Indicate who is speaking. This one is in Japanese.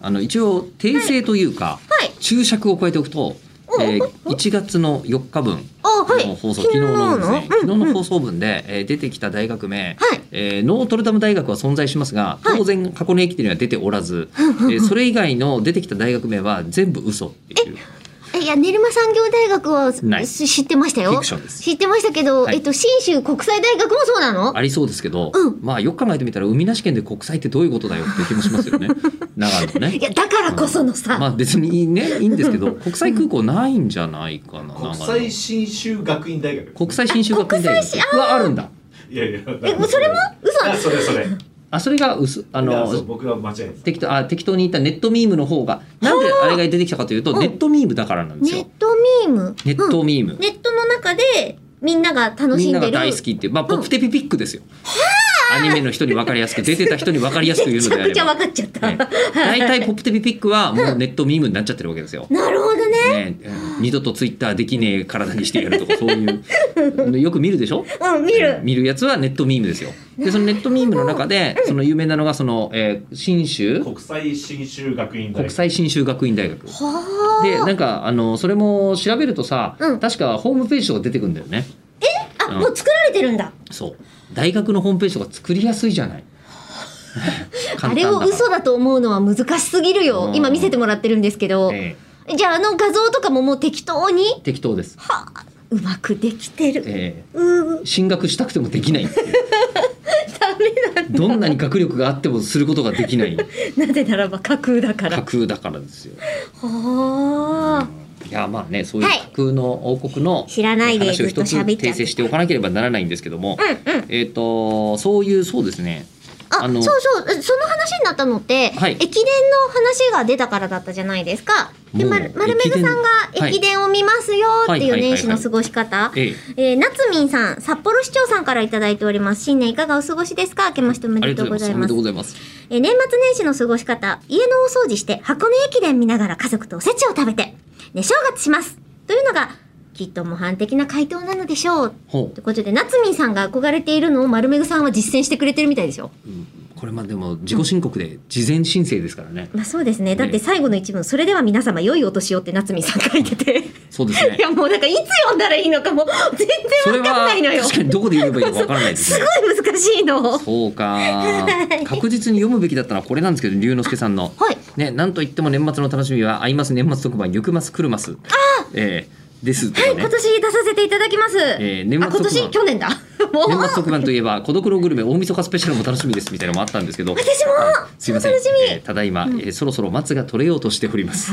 Speaker 1: あの一応訂正というか、
Speaker 2: はいはい
Speaker 1: 注釈を加えておくと、えー1月の4日分
Speaker 2: あはい
Speaker 1: の放送、
Speaker 2: 昨
Speaker 1: 昨日
Speaker 2: 日の
Speaker 1: のですね、
Speaker 2: うんうん
Speaker 1: 昨日の放送分で、えー出てきた大学名、
Speaker 2: はい
Speaker 1: えーノートルダム大学は存在しますが
Speaker 2: はい
Speaker 1: 当然箱根駅伝には出ておらず、えーそれ以外の出てきた大学名は全部嘘っていう
Speaker 2: えいや練馬産業大学は
Speaker 1: ない
Speaker 2: し知ってましたよ
Speaker 1: フィクションです
Speaker 2: 知ってましたけど、
Speaker 1: はい
Speaker 2: えっと信州国際大学もそうなの
Speaker 1: ありそうですけど、
Speaker 2: うん
Speaker 1: まあよく考えてみたら海なし県で国際ってどういうことだよって気もしますよ ね長野ね
Speaker 2: いやだからこそのさ、
Speaker 1: まあ別にねいいんですけど国際空港ないんじゃないかな
Speaker 3: 国
Speaker 1: 長野
Speaker 3: 際信州学院大学
Speaker 1: 国際新修学院大
Speaker 2: あ国際
Speaker 1: 学はあるんだ
Speaker 3: いやいや
Speaker 2: えそれも嘘
Speaker 3: あそれそれ
Speaker 1: あそれがうすあ
Speaker 3: あの
Speaker 1: の
Speaker 3: 僕は間違え
Speaker 1: 適当あ適当に言ったネットミームの方がなんであれが出てきたかというと
Speaker 2: うん
Speaker 1: ネットミームだからなんです
Speaker 2: ネッ
Speaker 1: よ
Speaker 2: トミーム
Speaker 1: ネット
Speaker 2: うん
Speaker 1: ミーム、
Speaker 2: ネットの中でみんなが楽
Speaker 1: み
Speaker 2: し
Speaker 1: ん
Speaker 2: んで
Speaker 1: な
Speaker 2: る
Speaker 1: が大好きっていうまあポプテピピックですよ、アニメの人に分かりやすく出てた人に分かりやすく言うので
Speaker 2: めちゃ
Speaker 1: あ
Speaker 2: く
Speaker 1: れ
Speaker 2: ちゃ
Speaker 1: ば
Speaker 2: 分かっちゃった、
Speaker 1: ね大体ポプテピピックはもうネットミームになっちゃってるわけですよ、
Speaker 2: なるほどね
Speaker 1: ね、二度とツイッターできねえ体にしてやるとかそういう よく見るでしょ
Speaker 2: うん見る
Speaker 1: 見るやつはネットミームですよでそのネットミームの中でその有名なのがその、えー、信州
Speaker 3: た国際信州学院大
Speaker 1: 国
Speaker 3: 学
Speaker 1: 際信州学院大学
Speaker 2: はあ
Speaker 1: でなんかあのそれも調べるとさ、
Speaker 2: うん
Speaker 1: 確かホームページとか出てくるんだよね
Speaker 2: あもう作られてるんだ
Speaker 1: そう大学のホームページとか作りやすいじゃない
Speaker 2: あれを嘘
Speaker 1: だ
Speaker 2: だと思うのは難しすぎる
Speaker 1: う
Speaker 2: よ
Speaker 1: ん
Speaker 2: 今見せてもらってるんですけど、
Speaker 1: え
Speaker 2: じゃああの画像とかももう適当に
Speaker 1: え適当です、
Speaker 2: うまくできてる、
Speaker 1: え
Speaker 2: うー
Speaker 1: え進学したくてもできないっていう
Speaker 2: ダメだ
Speaker 1: どんなに学力があってもすることができない
Speaker 2: なぜならば架空だから
Speaker 1: 架空だからですよ
Speaker 2: はあ
Speaker 1: いやまあねそういう
Speaker 2: はい
Speaker 1: 架空の王国の
Speaker 2: 知らないで
Speaker 1: 話を一つ
Speaker 2: ずっと喋っちゃって
Speaker 1: 訂正しておかなければならないんですけども、
Speaker 2: うんうん
Speaker 1: えっ、とそういうそうですね
Speaker 2: あ
Speaker 1: あの
Speaker 2: そうそうえその話になったのって、
Speaker 1: はい
Speaker 2: 駅伝の話が出たからだったじゃないですかで
Speaker 1: もう
Speaker 2: まる丸めぐさんが
Speaker 1: 駅伝
Speaker 2: 駅伝を見ますよってい
Speaker 1: はいはいはいは
Speaker 2: う
Speaker 1: い
Speaker 2: 年始の過ごし方
Speaker 1: ええ
Speaker 2: えー、なつみんさん札幌市長さんからいただいております新年いかがお過ごしですか明けましておめ
Speaker 1: あり
Speaker 2: で
Speaker 1: がと
Speaker 2: とう
Speaker 1: う
Speaker 2: ご
Speaker 1: ご
Speaker 2: ざ
Speaker 1: ざ
Speaker 2: い
Speaker 1: いま。おめで
Speaker 2: ますす
Speaker 1: とうございます。
Speaker 2: えー年末年始の過ごし方、家の大掃除して箱根駅伝見ながら家族とおせちを食べて、ね、正月しますというのが、きっと模範的な回答なのでしょう。
Speaker 1: ほ
Speaker 2: ということで、なつみんさんが憧れているのを丸めぐさんは実践してくれてるみたいですよ。
Speaker 1: う、うんこれまあでも自己申告で事前申請ですからね。
Speaker 2: まあそうですね。だって
Speaker 1: ね
Speaker 2: 最後の一文、それでは皆様良いお年をってなつみんさん書いてて。
Speaker 1: そうですね
Speaker 2: い。やもうなんかいつ読んだらいいのかもう全
Speaker 1: それ
Speaker 2: 然わかん
Speaker 1: は
Speaker 2: ないのよ。
Speaker 1: 確かにどこで読めばいいかわからないです
Speaker 2: す
Speaker 1: ね。
Speaker 2: ごい難しいの。はい。
Speaker 1: そうか。確実に読むべきだったのはこれなんですけど、龍之介さんの。ね、なんといっても年末の楽しみは、会います年末特番、ゆくますくるます。ええですとか
Speaker 2: はい、
Speaker 1: ね
Speaker 2: 今年出させていただきます。
Speaker 1: えー年末
Speaker 2: あ、今
Speaker 1: 特
Speaker 2: 年、
Speaker 1: 番
Speaker 2: 去年だ。もう。
Speaker 1: 年末特番といえば「孤独のグルメ大晦日スペシャル」も楽しみですみたいなのもあったんですけど
Speaker 2: 私も
Speaker 1: はいすいません
Speaker 2: 楽しみ
Speaker 1: えーただいま、えーそろそろ松が取れようとしております